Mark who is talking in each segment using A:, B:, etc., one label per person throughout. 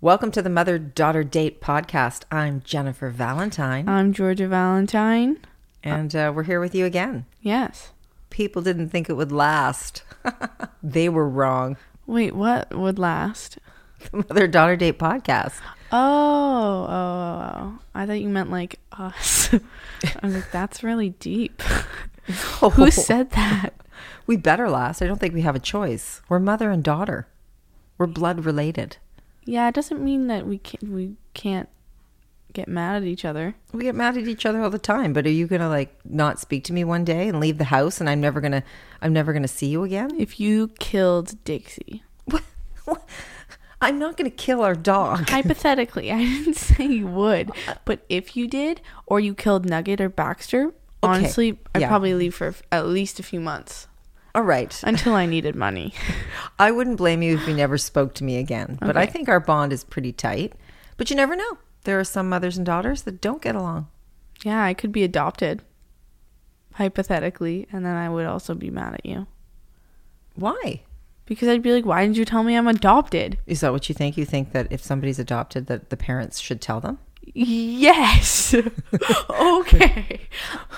A: Welcome to the Mother Daughter Date Podcast. I'm Jennifer Valentine,
B: I'm Georgia Valentine.
A: and uh, we're here with you again.
B: Yes.
A: People didn't think it would last, they were wrong.
B: Wait, what would last?
A: The Mother Daughter Date Podcast.
B: Oh, oh, oh, oh. I thought you meant like us. I'm like, that's really deep. Who said that?
A: Oh, We better last. I don't think we have a choice. We're mother and daughter, we're blood related.
B: Yeah, it doesn't mean that we can't, we can't get mad at each other.
A: We get mad at each other all the time, but are you going to like not speak to me one day and leave the house and I'm never going to I'm never going to see you again?
B: If you killed Dixie,
A: I'm not going to kill our dog.
B: hypothetically, I didn't say you would, but if you did, or you killed Nugget or Baxter, honestly, I'd
A: yeah.
B: probably leave for at least a few months
A: All right.
B: until I needed money.
A: I wouldn't blame you if you never spoke to me again, but I
B: Okay.
A: think our bond is pretty tight. But you never know. There are some mothers and daughters that don't get along.
B: Yeah, I could be adopted, hypothetically, and then I would also be mad at you
A: Why?
B: because I'd be like, "Why didn't you tell me I'm adopted?"
A: Is that what you think? You think that if somebody's adopted, that the parents should tell them?
B: Yes. okay.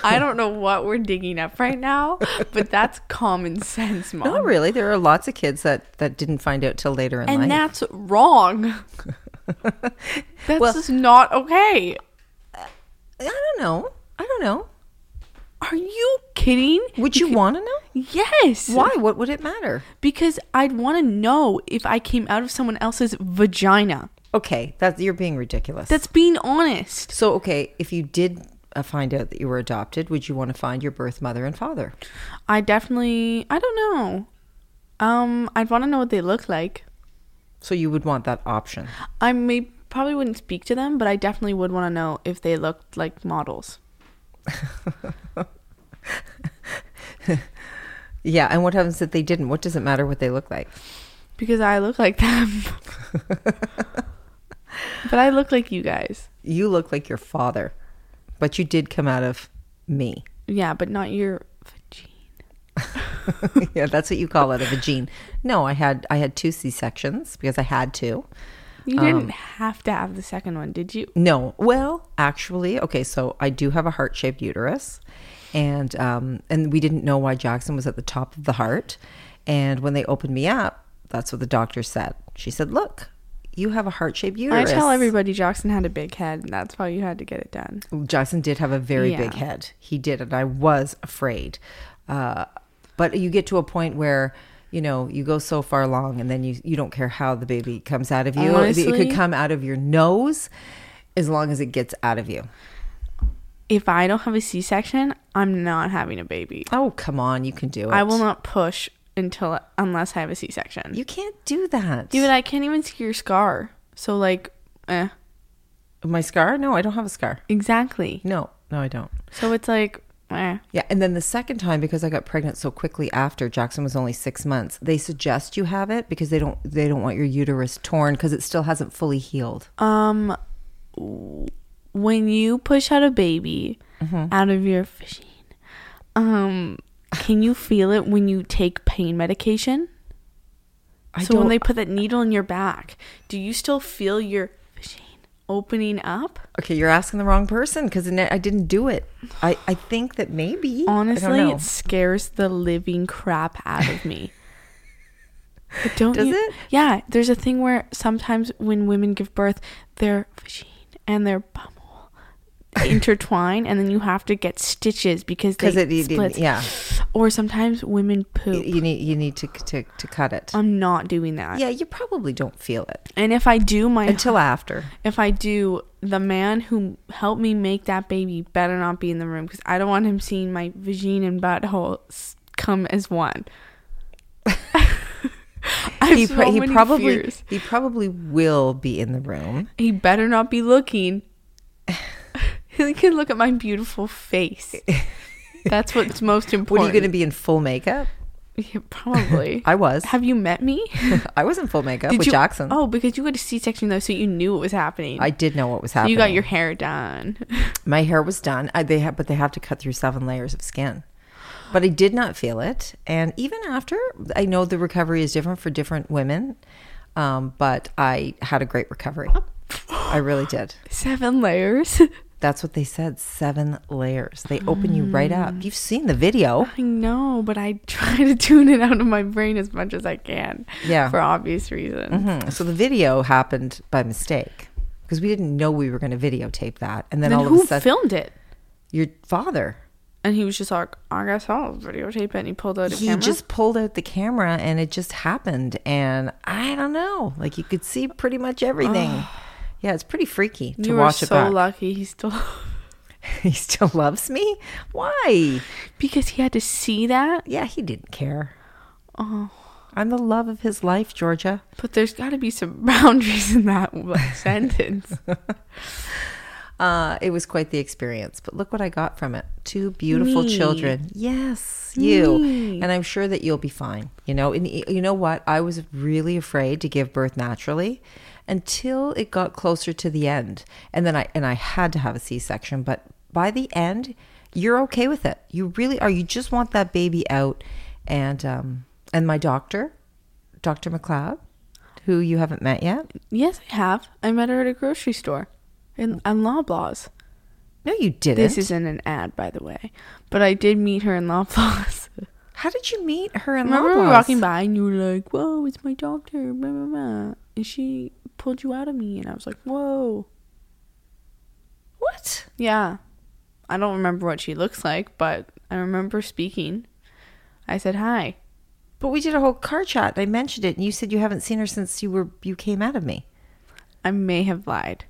B: I don't know what we're digging up right now, but that's common sense, mom.
A: No, really. There are lots of kids that that didn't find out till later in
B: and
A: life.
B: that's wrong. that's
A: Well-
B: just not okay.
A: I don't know. I don't know.
B: Are you kidding?
A: Would you want to know
B: Yes.
A: why? What would it matter?
B: Because I'd want to know if I came out of someone else's vagina.
A: Okay, that you're being ridiculous.
B: That's being honest.
A: so okay. If you did uh, find out that you were adopted, would you want to find your birth mother and father?
B: I definitely I don't know. Um, I'd want to know what they look like.
A: So you would want that option.
B: I may probably wouldn't speak to them, but I definitely would want to know if they looked like models.
A: Yeah, and what happens if they didn't? What does it matter what they look like?
B: Because I look like them. but I look like you guys.
A: You look like your father, but you did come out of me.
B: Yeah, but not your vagina.
A: yeah, that's what you call it, a vagine. No, I had I had two C sections because I had to.
B: You didn't have to have the second one, did you?
A: No, well, actually, okay, so I do have a heart shaped uterus, and um, and we didn't know why Jackson was at the top of the heart, and when they opened me up, that's what the doctor said. She said, "Look, you have a heart shaped
B: I
A: uterus."
B: tell everybody Jackson had a big head, and that's why you had to get it done.
A: Jackson did have a very
B: Yeah.
A: big head. He did, and I was afraid. Uh, but you get to a point where you know you go so far along, and then you you don't care how the baby comes out of you. it
B: Honestly-
A: could come out of your nose, as long as it gets out of you.
B: If I don't have a C section, I'm not having a baby.
A: Oh come on, you can do it.
B: I will not push until unless I have a C section.
A: You can't do that.
B: Dude, I can't even see your scar. So like, eh,
A: My scar? No, I don't have a scar.
B: exactly.
A: No, no, I don't.
B: So it's like, eh.
A: Yeah, and then the second time because I got pregnant so quickly after Jackson was only 6 months, they suggest you have it because they don't they don't want your uterus torn cuz it still hasn't fully healed.
B: Um, when you push out a baby
A: Mm-hmm.
B: out of your machine, um, can you feel it when you take pain medication?
A: I
B: so when
A: don't-
B: they put that needle in your back, do you still feel your machine opening up?
A: Okay, you're asking the wrong person because I didn't do it. I, I think that maybe. I
B: Honestly,
A: don't know.
B: it scares the living crap out of me. But don't
A: Does
B: you-
A: it?
B: Yeah, there's a thing where sometimes when women give birth, their vagina and their bumhole intertwine, and then you have to get stitches because they
A: 'Cause it- you didn't-
B: splits.
A: yeah.
B: Or sometimes women poop. Um,
A: you need you need to to, to cut it.
B: I'm not doing that.
A: yeah, you probably don't feel it
B: And if I do, my
A: until after.
B: if I do, the man who helped me make that baby better not be in the room because I don't want him seeing my vagina and butthole s- come as one. I have
A: He,
B: so
A: pro- he
B: many
A: probably
B: fears.
A: he probably will be in the room.
B: he better not be looking. he can look at my beautiful face. That's what's most important.
A: What are you going to be in full makeup?
B: Yeah, probably.
A: I was.
B: Have you met me?
A: I was in full makeup
B: Did
A: with
B: you-
A: Jackson.
B: Oh, because you had a C-section though, so you knew what was happening.
A: I did know what was happening.
B: you got your hair done.
A: my hair was done. I, they have, but they have to cut through seven layers of skin. But I did not feel it, and even after, I know the recovery is different for different women. Um, but I had a great recovery. I really did.
B: Seven layers.
A: That's what they said. Seven layers. They open you right up. You've seen the video.
B: I know, but I try to tune it out of my brain as much as I can.
A: Yeah.
B: For obvious reasons.
A: Hmm. So the video happened by mistake because we didn't know we were going to videotape that. And then,
B: Then
A: all of
B: who
A: a sudden,
B: filmed it?
A: your father.
B: And he was just like, I guess I'll videotape it. And he pulled out a
A: He
B: camera.
A: just pulled out the camera and it just happened. And I don't know. Like you could see pretty much everything. yeah, it's pretty freaky to
B: you were
A: watch it
B: so
A: back.
B: lucky. He still
A: he still loves me? Why?
B: because he had to see that.
A: Yeah, he didn't care.
B: Oh,
A: I'm the love of his life, Georgia.
B: but there's got to be some boundaries in that like, sentence.
A: Uh, it was quite the experience, but look what I got from it. Two beautiful
B: Me.
A: children. Yes, you.
B: Me.
A: And I'm sure that you'll be fine. You know, and y- you know what? I was really afraid to give birth naturally until it got closer to the end. And then I and I had to have a C-section, but by the end, you're okay with it. You really are. You just want that baby out and um and my doctor, Dr. McLeod, who you haven't met yet?
B: Yes, I have. I met her at a grocery store, in on Loblaws.
A: No, you didn't.
B: This isn't an ad, by the way, but I did meet her in Loblaws.
A: How did you meet her in
B: Remember we
A: Loblaws?
B: were walking by and you were like, "Whoa, it's my doctor!" Blah, blah, blah. And she pulled you out of me, and I was like, "Whoa,
A: What?
B: yeah." I don't remember what she looks like, but I remember speaking. I said hi.
A: But we did a whole car chat. and I mentioned it, and you said you haven't seen her since you were you came out of me.
B: I may have lied.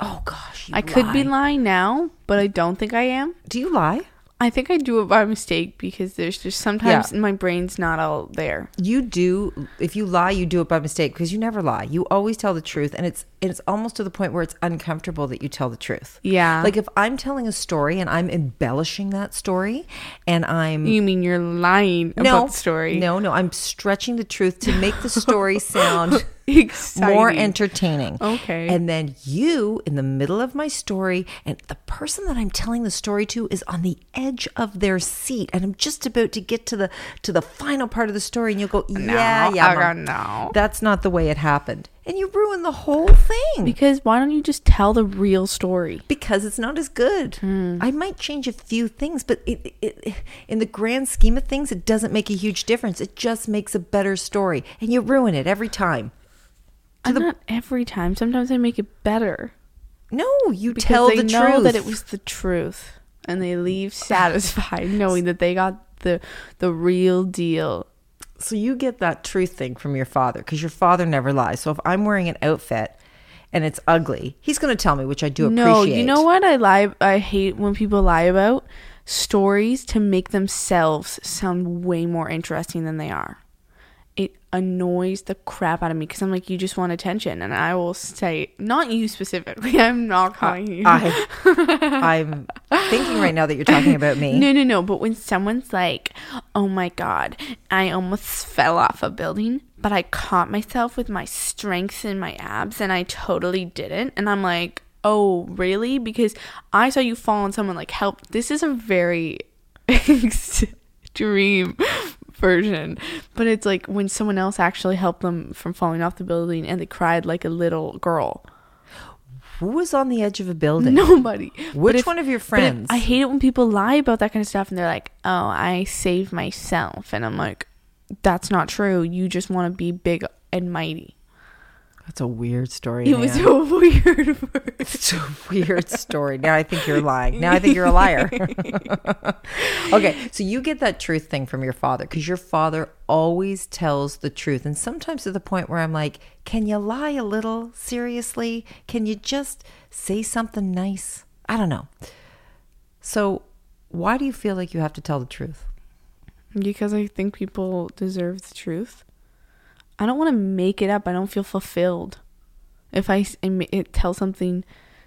A: Oh gosh, you
B: I could be
A: lie.
B: lying now, but I don't think I am.
A: Do you lie?
B: I think I do it by mistake because there's just sometimes
A: Yeah.
B: my brain's not all there.
A: You do. If you lie, you do it by mistake because you never lie. You always tell the truth, and it's and it's almost to the point where it's uncomfortable that you tell the truth.
B: Yeah.
A: Like if I'm telling a story and I'm embellishing that story, and I'm
B: You mean you're lying about the story?
A: No, no, I'm stretching the truth to make the story sound more
B: Exciting.
A: entertaining.
B: Okay.
A: And then you in the middle of my story and the person that I'm telling the story to is on the edge of their seat and I'm just about to get to the to the final part of the story and you'll go, "Yeah, yeah,
B: I
A: Mom.
B: don't know."
A: That's not the way it happened." And you ruin the whole thing
B: Because why don't you just tell the real story?
A: because it's not as good.
B: Hmm.
A: I might change a few things, but it, it, in the grand scheme of things, it doesn't make a huge difference. It just makes a better story, and you ruin it every time.
B: I'm not every time. Sometimes I make it better.
A: No, you
B: Because
A: tell
B: they
A: the
B: know
A: truth.
B: that it was the truth, and they leave satisfied, knowing that they got the the real deal.
A: so you get that truth thing from your father because your father never lies. So if I'm wearing an outfit and it's ugly, he's going to tell me, which I do
B: No,
A: appreciate.
B: you know what I lie. I hate when people lie about stories to make themselves sound way more interesting than they are. It annoys the crap out of me because I'm like, you just want attention, and I will say, not you specifically. I'm not calling you.
A: I, I'm thinking right now that you're talking about me.
B: No, no, no. But when someone's like, oh my God, I almost fell off a building, but I caught myself with my strength in my abs and I totally didn't. And I'm like, oh, really? Because I saw you fall and someone like helped. This is a very extreme version. But it's like when someone else actually helped them from falling off the building and they cried like a little girl.
A: Who was on the edge of a building?
B: Nobody. But
A: Which one of your
B: but if-
A: friends?
B: I hate it when people lie about that kind of stuff and they're like, "Oh, I saved myself," and I'm like, "That's not true. You just want to be big and mighty."
A: That's a weird story.
B: It
A: man.
B: was a weird word.
A: It's a weird story. Now I think you're lying. Now I think you're a liar. okay, so you get that truth thing from your father because your father always tells the truth. And sometimes to the point where I'm like, can you lie a little? Seriously? Can you just say something nice? I don't know. So, why do you feel like you have to tell the truth?
B: Because I think people deserve the truth. I don't want to make it up. I don't feel fulfilled if I, s- I ma- it tell something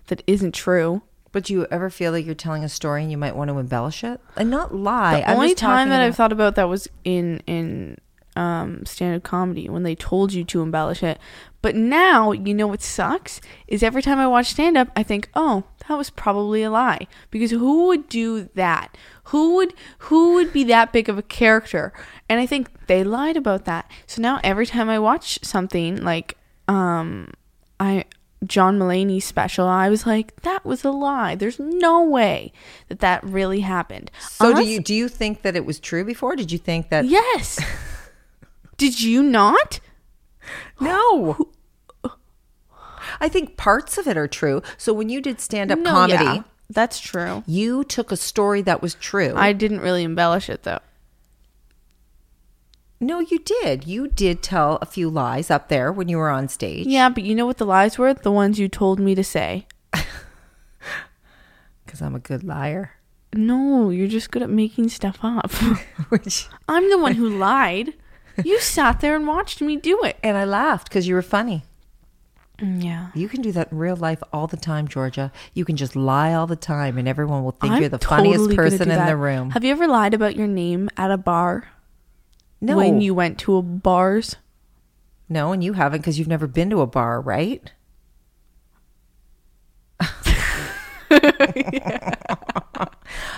B: that isn't true.
A: But do you ever feel like you're telling a story and you might want to embellish it? And not lie.
B: The
A: I'm
B: only
A: just
B: time
A: talking
B: that
A: about-
B: I've thought about that was in in um, stand-up comedy when they told you to embellish it. But now you know what sucks is every time I watch stand-up, I think, oh, that was probably a lie because who would do that? Who would who would be that big of a character? And I think they lied about that. So now every time I watch something like um I John Mulaney special, I was like, that was a lie. There's no way that that really happened.
A: So do
B: Honest-
A: you do you think that it was true before? Did you think that
B: Yes. Did you not?
A: No. I think parts of it are true. So when you did stand up
B: No,
A: comedy,
B: yeah, that's true.
A: you took a story that was true.
B: I didn't really embellish it though.
A: no, you did. You did tell a few lies up there when you were on stage.
B: Yeah, but you know what the lies were? The ones you told me to say.
A: Because I'm a good liar.
B: No, you're just good at making stuff up.
A: Which
B: I'm the one who lied. You sat there and watched me do it.
A: and I laughed because you were funny.
B: Mm, Yeah.
A: You can do that in real life all the time, Georgia. You can just lie all the time and everyone will think
B: I'm
A: you're the funniest
B: totally gonna
A: person
B: do
A: in
B: that.
A: the room.
B: Have you ever lied about your name at a bar?
A: No.
B: When you went to a bars?
A: No, and you haven't because you've never been to a bar, right?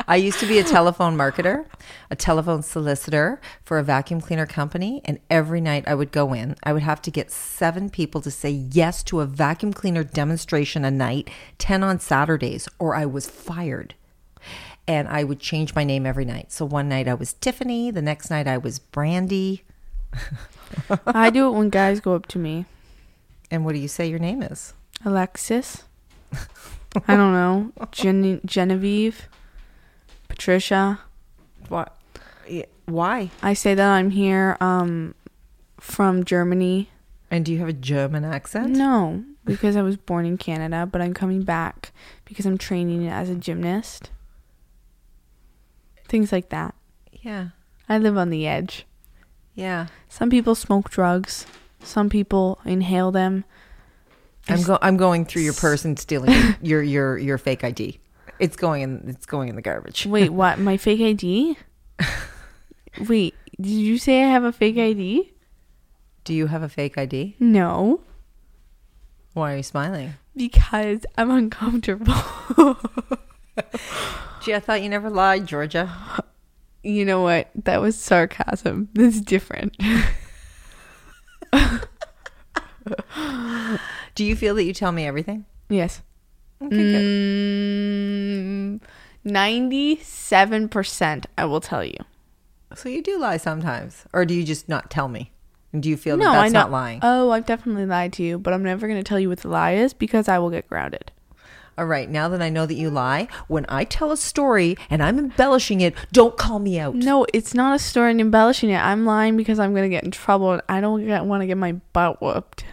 A: I used to be a telephone marketer, a telephone solicitor for a vacuum cleaner company. And every night I would go in, I would have to get seven people to say yes to a vacuum cleaner demonstration a night, 10 on Saturdays, or I was fired. And I would change my name every night. So one night I was Tiffany, the next night I was Brandy.
B: I do it when guys go up to me.
A: And what do you say your name is?
B: Alexis. I don't know. Gen- Genevieve. Patricia.
A: What? Why?
B: I say that I'm here um, from Germany.
A: And do you have a German accent?
B: No, because I was born in Canada, but I'm coming back because I'm training as a gymnast. Things like that.
A: Yeah.
B: I live on the edge.
A: Yeah.
B: Some people smoke drugs. Some people inhale them.
A: I'm go- I'm going through your purse and stealing your your your fake ID. It's going in it's going in the garbage.
B: Wait, what? My fake ID? Wait, did you say I have a fake ID?
A: Do you have a fake ID?
B: No,
A: Why are you smiling?
B: because I'm uncomfortable.
A: Gee, I thought you never lied, Georgia.
B: you know what? That was sarcasm. That's different.
A: Do you feel that you tell me everything?
B: Yes.
A: Okay, good.
B: Mm, 97% I will tell you. Mm.
A: So you do lie sometimes, or do you just not tell me? And do you feel that
B: no,
A: that's
B: I'm not
A: not lying?
B: Oh, I've definitely lied to you, but I'm never going to tell you what the lie is because I will get grounded.
A: All right, now that I know that you lie, when I tell a story and I'm embellishing it, don't call me out.
B: No, it's not a story and embellishing it. I'm lying because I'm going to get in trouble and I don't want to get my butt whooped.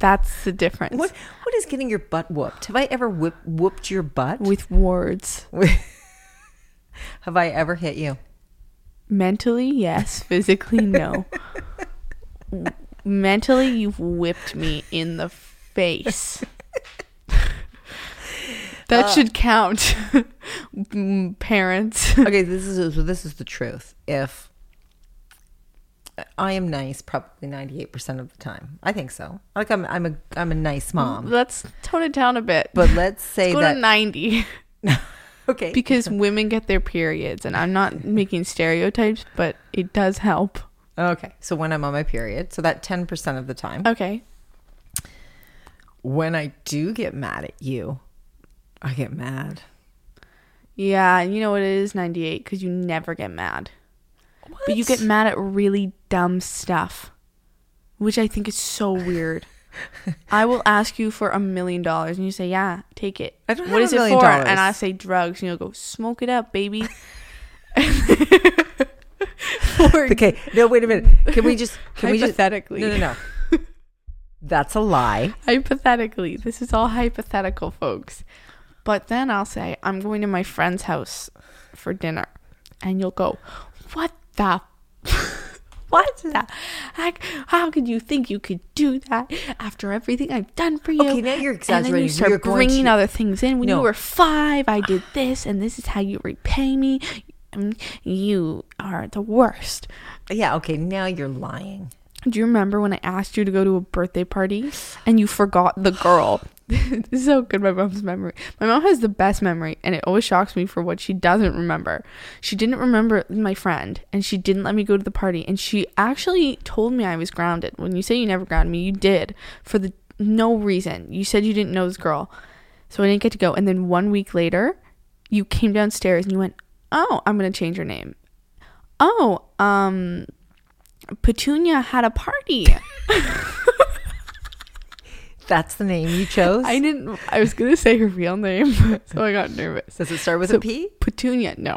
B: That's the difference.
A: What what is getting your butt whooped? Have I ever whip, whooped your butt?
B: With words.
A: Have I ever hit you?
B: Mentally, yes. Physically, no. W- Mentally, you've whipped me in the face. that
A: Uh.
B: should count, Mm, parents.
A: Okay, this is so this is the truth. If I am nice, probably ninety eight percent of the time, I think so. Like I'm I'm a I'm a nice mom.
B: Let's tone it down a bit.
A: Um. But let's say
B: Go
A: that
B: to 90
A: okay,
B: because women get their periods, and I'm not making stereotypes, but it does help.
A: okay. So when I'm on my period, so that ten percent of the time,
B: Okay.
A: when I do get mad at you, I get mad.
B: Yeah, and you know what it is 98 because you never get mad. But you get mad at really dumb stuff, which I think is so weird. I will ask you for a million dollars and you say, "Yeah, take it."
A: I don't
B: What
A: have
B: is
A: a
B: it
A: million
B: for?
A: dollars.
B: And I say drugs and you'll go, "Smoke it up, baby." Or-
A: Okay, no, wait a minute. Can we just can we just
B: Hypothetically.
A: no no no. That's a lie.
B: hypothetically this is all hypothetical folks but then i'll say i'm going to my friend's house for dinner and you'll go what the what the heck how could you think you could do that after everything i've done for you
A: Okay, now you're
B: and then
A: exaggerating.
B: you start
A: You're going
B: bringing
A: to-
B: other things in when
A: No.
B: you were five i did this and this is how you repay me Mm, you are the worst
A: Yeah, okay, now you're lying.
B: Do you remember when I asked you to go to a birthday party and you forgot the girl? this is how good my mom's memory. My mom has the best memory, and it always shocks me for what she doesn't remember. She didn't remember my friend, and she didn't let me go to the party, and she actually told me I was grounded. When you say you never grounded me, you did for the no reason. You said you didn't know this girl, so I didn't get to go. And then one week later, you came downstairs and you went, "Oh, I'm gonna change her name." Oh, um, Petunia had a party.
A: That's the name you chose.
B: I didn't. I was gonna say her real name, so I got nervous.
A: Does it start with a P?
B: Petunia, no.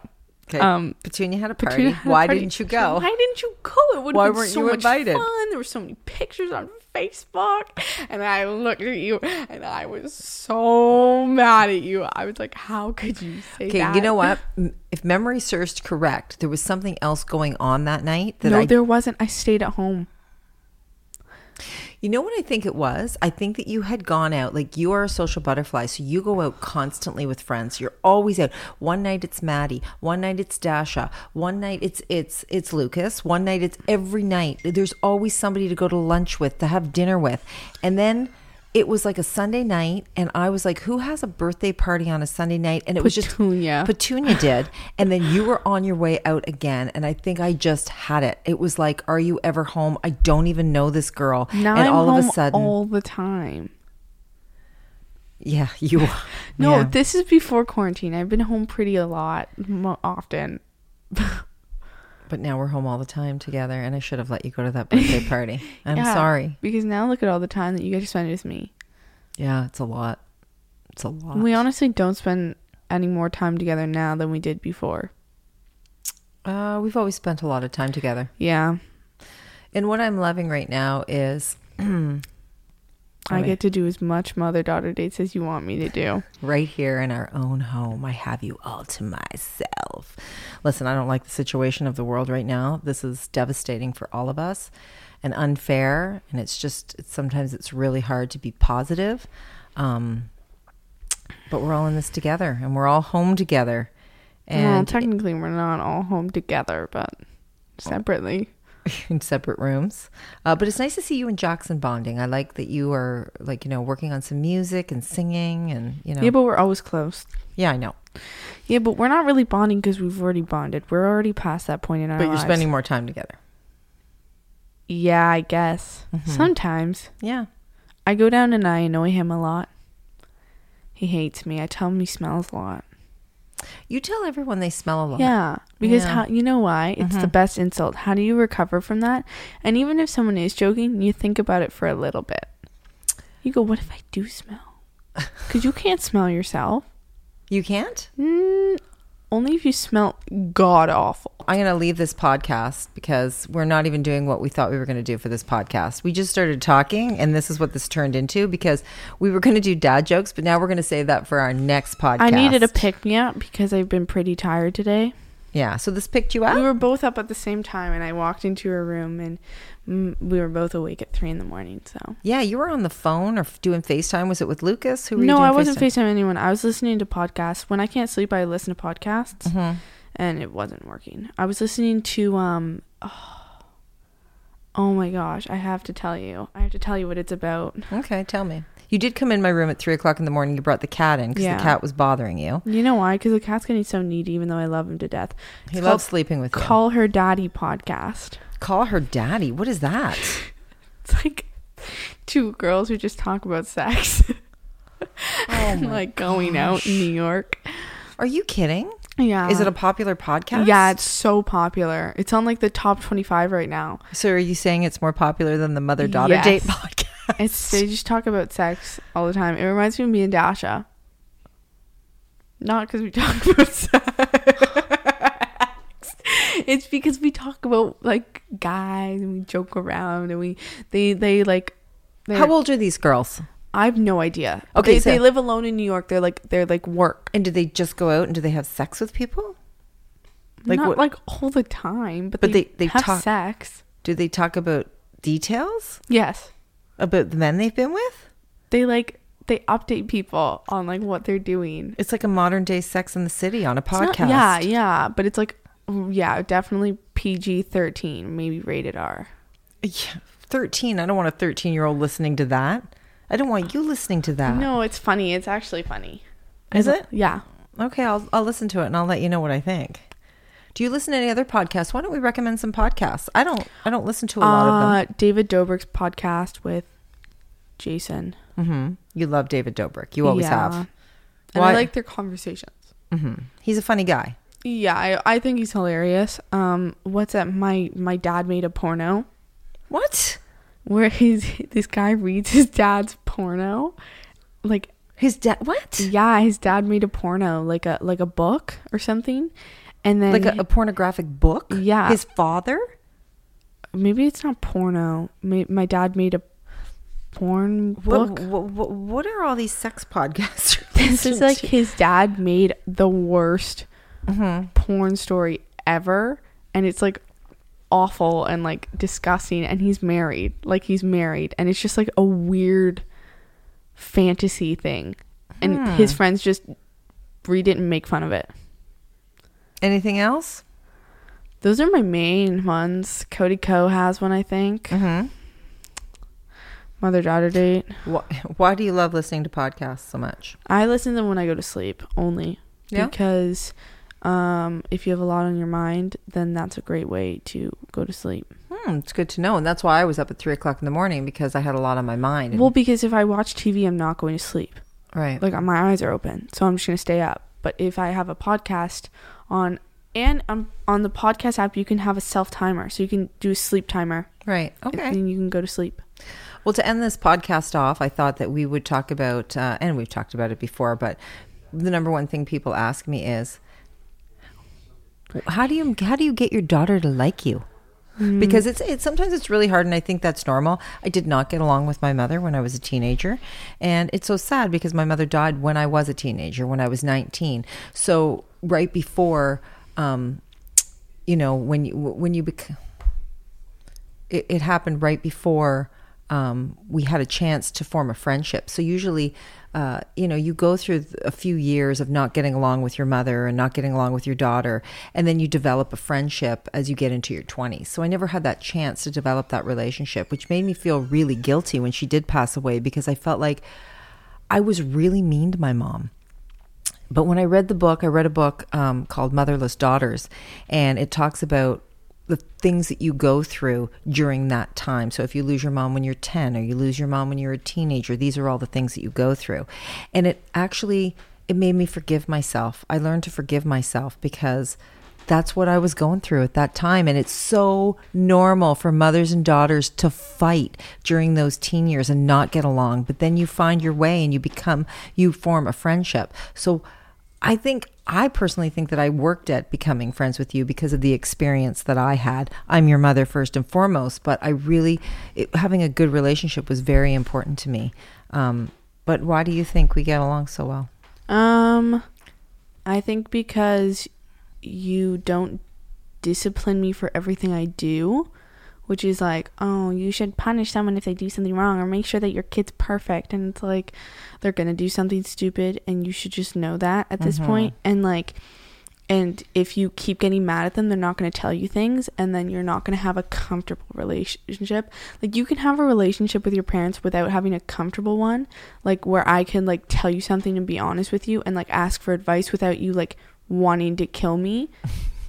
A: Okay.
B: um,
A: Petunia had a party.
B: Petunia had a
A: Why
B: party.
A: didn't you
B: She's like,
A: go?
B: Why didn't you go? It would
A: Why
B: have been
A: weren't
B: so
A: you
B: much
A: invited?
B: fun. There were so many pictures on Facebook, and I looked at you, and I was so mad at you. I was like, "How could you say
A: Okay,
B: that?"
A: you know what? M- If memory serves correct, there was something else going on that night that
B: no,
A: I.
B: there wasn't. I stayed at home.
A: you know what I think it was? I think that you had gone out. Like you are a social butterfly, so you go out constantly with friends. You're always out. One night it's Maddie. One night it's Dasha. One night it's it's it's Lucas. One night it's every night. There's always somebody to go to lunch with, to have dinner with, and then. It was like a Sunday night, and I was like, "Who has a birthday party on a Sunday night?" And it was just
B: Petunia.
A: Petunia did. And then you were on your way out again. And I think I just had it. It was like, are you ever home? I don't even know this girl.
B: Now
A: and
B: I'm
A: all
B: home
A: of a sudden,
B: all the time.
A: yeah, you
B: No,
A: yeah.
B: this is before quarantine. I've been home pretty a lot, mo- often.
A: but now we're home all the time together. And I should have let you go to that birthday party. I'm
B: Yeah,
A: sorry.
B: because now look at all the time that you get to spend with me.
A: Yeah, it's a lot. It's a lot.
B: We honestly don't spend any more time together now than we did before.
A: uh, we've always spent a lot of time together.
B: Yeah,
A: And what I'm loving right now is
B: I
A: Okay.
B: get to do as much mother daughter dates as you want me to do.
A: right here in our own home. I have you all to myself. Listen, I don't like the situation of the world right now. This is devastating for all of us and unfair. And it's just, it's, sometimes it's really hard to be positive. Um, but we're all in this together and we're all home together.
B: well,
A: And Oh.
B: technically, we're not all home together, but separately.
A: in separate rooms. Uh, but it's nice to see you and Jackson bonding. I like that you are, like, you know, working on some music and singing and, you know.
B: Yeah, but we're always close.
A: yeah, I know.
B: Yeah, but we're not really bonding because we've already bonded. We're already past that point in our
A: But you're
B: lives.
A: spending more time together.
B: Yeah, I guess.
A: Mm-hmm.
B: Sometimes
A: Yeah.
B: I go down and I annoy him a lot. He hates me. I tell him he smells a lot.
A: You tell everyone they smell a lot.
B: Yeah, because
A: Yeah.
B: how you know why? It's the best insult. How do you recover from that? And even if someone is joking, you think about it for a little bit. You go, what if I do smell? Because you can't smell yourself.
A: You can't?
B: Mm, only if you smell god awful.
A: I'm going to leave this podcast because we're not even doing what we thought we were going to do for this podcast. We just started talking, and this is what this turned into because we were going to do dad jokes, but now we're going to save that for our next podcast.
B: I needed a pick me up because I've been pretty tired today.
A: Yeah. So this picked you up?
B: We were both up at the same time, and I walked into her room, and mm, we were both awake at three in the morning. So
A: yeah. You were on the phone or f- doing FaceTime. Was it with Lucas? Who were you
B: no,
A: doing
B: I wasn't FaceTime anyone. I was listening to podcasts. When I can't sleep, I listen to podcasts,
A: Mm-hmm.
B: and it wasn't working. I was listening to um. Oh, oh my gosh! I have to tell you. I have to tell you what it's about.
A: Okay. Tell me. You did come in my room at three o'clock in the morning. You brought the cat in because
B: Yeah.
A: the cat was bothering you.
B: You know why? Because the cat's getting so needy, even though I love him to death. It's
A: He
B: called
A: loves sleeping with you.
B: Call Her Daddy podcast.
A: Call her daddy. What is that?
B: It's like two girls who just talk about sex,
A: Oh my.
B: like going out in New York.
A: Are you kidding?
B: Yeah.
A: Is it a popular podcast?
B: Uh, Yeah, it's so popular. It's on like the top 25 right now.
A: So are you saying it's more popular than the mother daughter
B: Yes.
A: date podcast?
B: It's they just talk about sex all the time. It reminds me of me and Dasha. Not because we talk about sex. it's because we talk about like guys and we joke around and we they they like. they're-
A: How old are these girls?
B: I have no idea.
A: Okay,
B: they,
A: so-
B: they live alone in New York. They're like they're like work,
A: And do they just go out and do they have sex with people? Like
B: not
A: what-
B: like all the time, but,
A: But
B: they
A: they- they
B: have
A: talk-
B: sex.
A: Do they talk about details
B: Yes,
A: about the men they've been with?
B: they like they update people on like what they're doing.
A: It's like a modern day Sex in the City on a
B: It's not-
A: podcast.
B: yeah, yeah, but it's like, yeah, definitely PG thirteen, maybe rated R.
A: yeah. 13. I don't want a 13 year old listening to that. I don't want you listening to that.
B: No, it's funny. It's actually funny.
A: Is it?
B: Yeah.
A: Okay, I'll, I'll listen to it and I'll let you know what I think. Do you listen to any other podcasts? Why don't we recommend some podcasts? I don't I don't listen to a lot of them.
B: Uh, David Dobrik's podcast with Jason.
A: hmm You love David Dobrik. You always
B: Yeah.
A: have.
B: And
A: Why-
B: I like their conversations.
A: hmm He's a funny guy.
B: Yeah, I, I think he's hilarious. Um, what's that? My my dad made a porno
A: What?
B: where he's this guy reads his dad's porno. Like
A: His dad? What?
B: yeah, his dad made a porno, like a like a book or something. And then
A: Like a, a pornographic book?
B: Yeah.
A: His father?
B: maybe it's not porno. My, my dad made a porn book.
A: What, what, what, what are all these sex podcasts? you're
B: this is
A: listening
B: like
A: to?
B: his dad made the worst
A: Mm-hmm.
B: porn story ever and it's like awful and like disgusting and he's married like he's married and it's just like a weird fantasy thing and
A: Hmm.
B: his friends just read it and make fun of it
A: anything else?
B: those are my main ones cody co has one i think
A: Mm-hmm.
B: mother daughter date
A: Why, why do you love listening to podcasts so much?
B: I listen to them when I go to sleep only.
A: Yeah?
B: Because um, if you have a lot on your mind, then that's a great way to go to sleep.
A: Hmm, it's good to know, and that's why I was up at three o'clock in the morning because I had a lot on my mind. and-
B: Well, because if I watch TV, I'm not going to sleep.
A: right,
B: Like my eyes are open, so I'm just going to stay up. But if I have a podcast on, and um, on the podcast app, you can have a self timer, so you can do a sleep timer,
A: right, okay.
B: and then you can go to sleep.
A: Well, to end this podcast off, I thought that we would talk about, uh, and we've talked about it before, but the number one thing people ask me is, how do you how do you get your daughter to like you? Because it's it's sometimes it's really hard, and I think that's normal. I did not get along with my mother when I was a teenager, and it's so sad because my mother died when I was a teenager, when I was nineteen. So right before, um, you know, when you when you become it, it happened right before um, we had a chance to form a friendship. So usually, uh, you know, you go through th- a few years of not getting along with your mother and not getting along with your daughter, and then you develop a friendship as you get into your 20s. So I never had that chance to develop that relationship, which made me feel really guilty when she did pass away because I felt like I was really mean to my mom. But when I read the book, I read a book um, called Motherless Daughters, and it talks about the things that you go through during that time. So if you lose your mom when you're 10 or you lose your mom when you're a teenager, these are all the things that you go through. And it actually it made me forgive myself. I learned to forgive myself because that's what I was going through at that time. And it's so normal for mothers and daughters to fight during those teen years and not get along. But then you find your way and you become, you form a friendship. So I think, I personally think that I worked at becoming friends with you because of the experience that I had. I'm your mother first and foremost, but I really, it, having a good relationship was very important to me. Um, but why do you think we get along so well?
B: Um, I think because you don't discipline me for everything I do, which is like, oh, you should punish someone if they do something wrong, or make sure that your kid's perfect. And it's like, they're gonna do something stupid, and you should just know that at this point. And like, and if you keep getting mad at them, they're not gonna tell you things, and then you're not gonna have a comfortable relationship. Like, you can have a relationship with your parents without having a comfortable one, like where I can like tell you something and be honest with you, and like ask for advice without you like wanting to kill me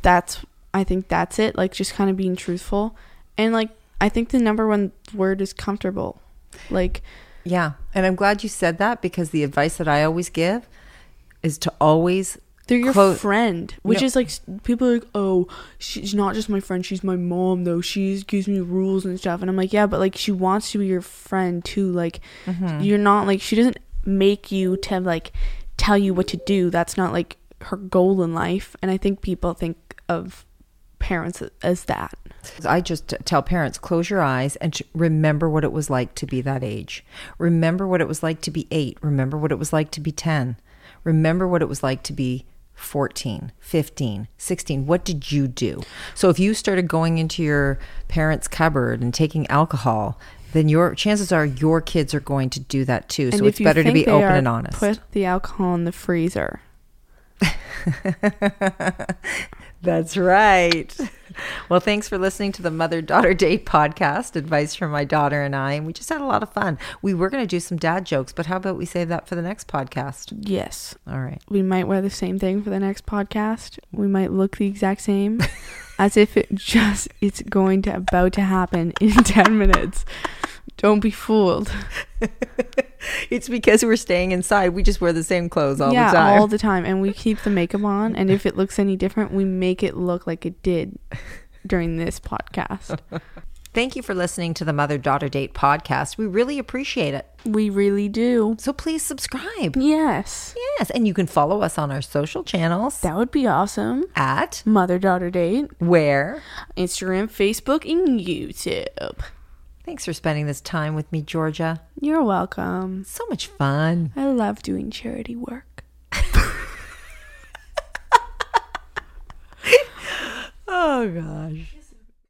B: that's I think that's it. Like just kind of being truthful. And like I think the number one word is comfortable. Like
A: Yeah. And I'm glad you said that because the advice that I always give is to always
B: they're your
A: Clo-
B: friend, which
A: No.
B: is like s- people are like, "Oh, she's not just my friend, she's my mom though. She gives me rules and stuff." And I'm like, "Yeah, but like she wants to be your friend too. Like
A: Mm-hmm.
B: you're not like she doesn't make you to like tell you what to do. That's not like her goal in life." And I think people think of parents as that.
A: I just tell parents close your eyes and t- remember what it was like to be that age. Remember what it was like to be 8, remember what it was like to be 10. Remember what it was like to be 14, 15, 16. What did you do? So if you started going into your parents' cupboard and taking alcohol, then your chances are your kids are going to do that too. so it's better to be
B: they
A: open
B: are,
A: and honest.
B: Put the alcohol in the freezer.
A: That's right. Well, thanks for listening to the Mother Daughter Date podcast, advice from my daughter and I. And we just had a lot of fun. We were going to do some dad jokes, but how about we save that for the next podcast?
B: Yes.
A: All right.
B: We might wear the same thing for the next podcast. We might look the exact same as if it just it's going to about to happen in 10 minutes. Don't be fooled.
A: It's because we're staying inside. We just wear the same clothes all
B: yeah,
A: the time.
B: all the time and we keep the makeup on and if it looks any different, we make it look like it did during this podcast.
A: Thank you for listening to the Mother Daughter Date podcast. We really appreciate it.
B: We really do.
A: So please subscribe.
B: Yes.
A: Yes. And you can follow us on our social channels
B: That would be awesome.
A: at
B: Mother daughter date,
A: where.
B: Instagram, Facebook, and YouTube.
A: Thanks for spending this time with me, Georgia.
B: You're welcome.
A: So much fun.
B: I love doing charity work.
A: Oh, gosh.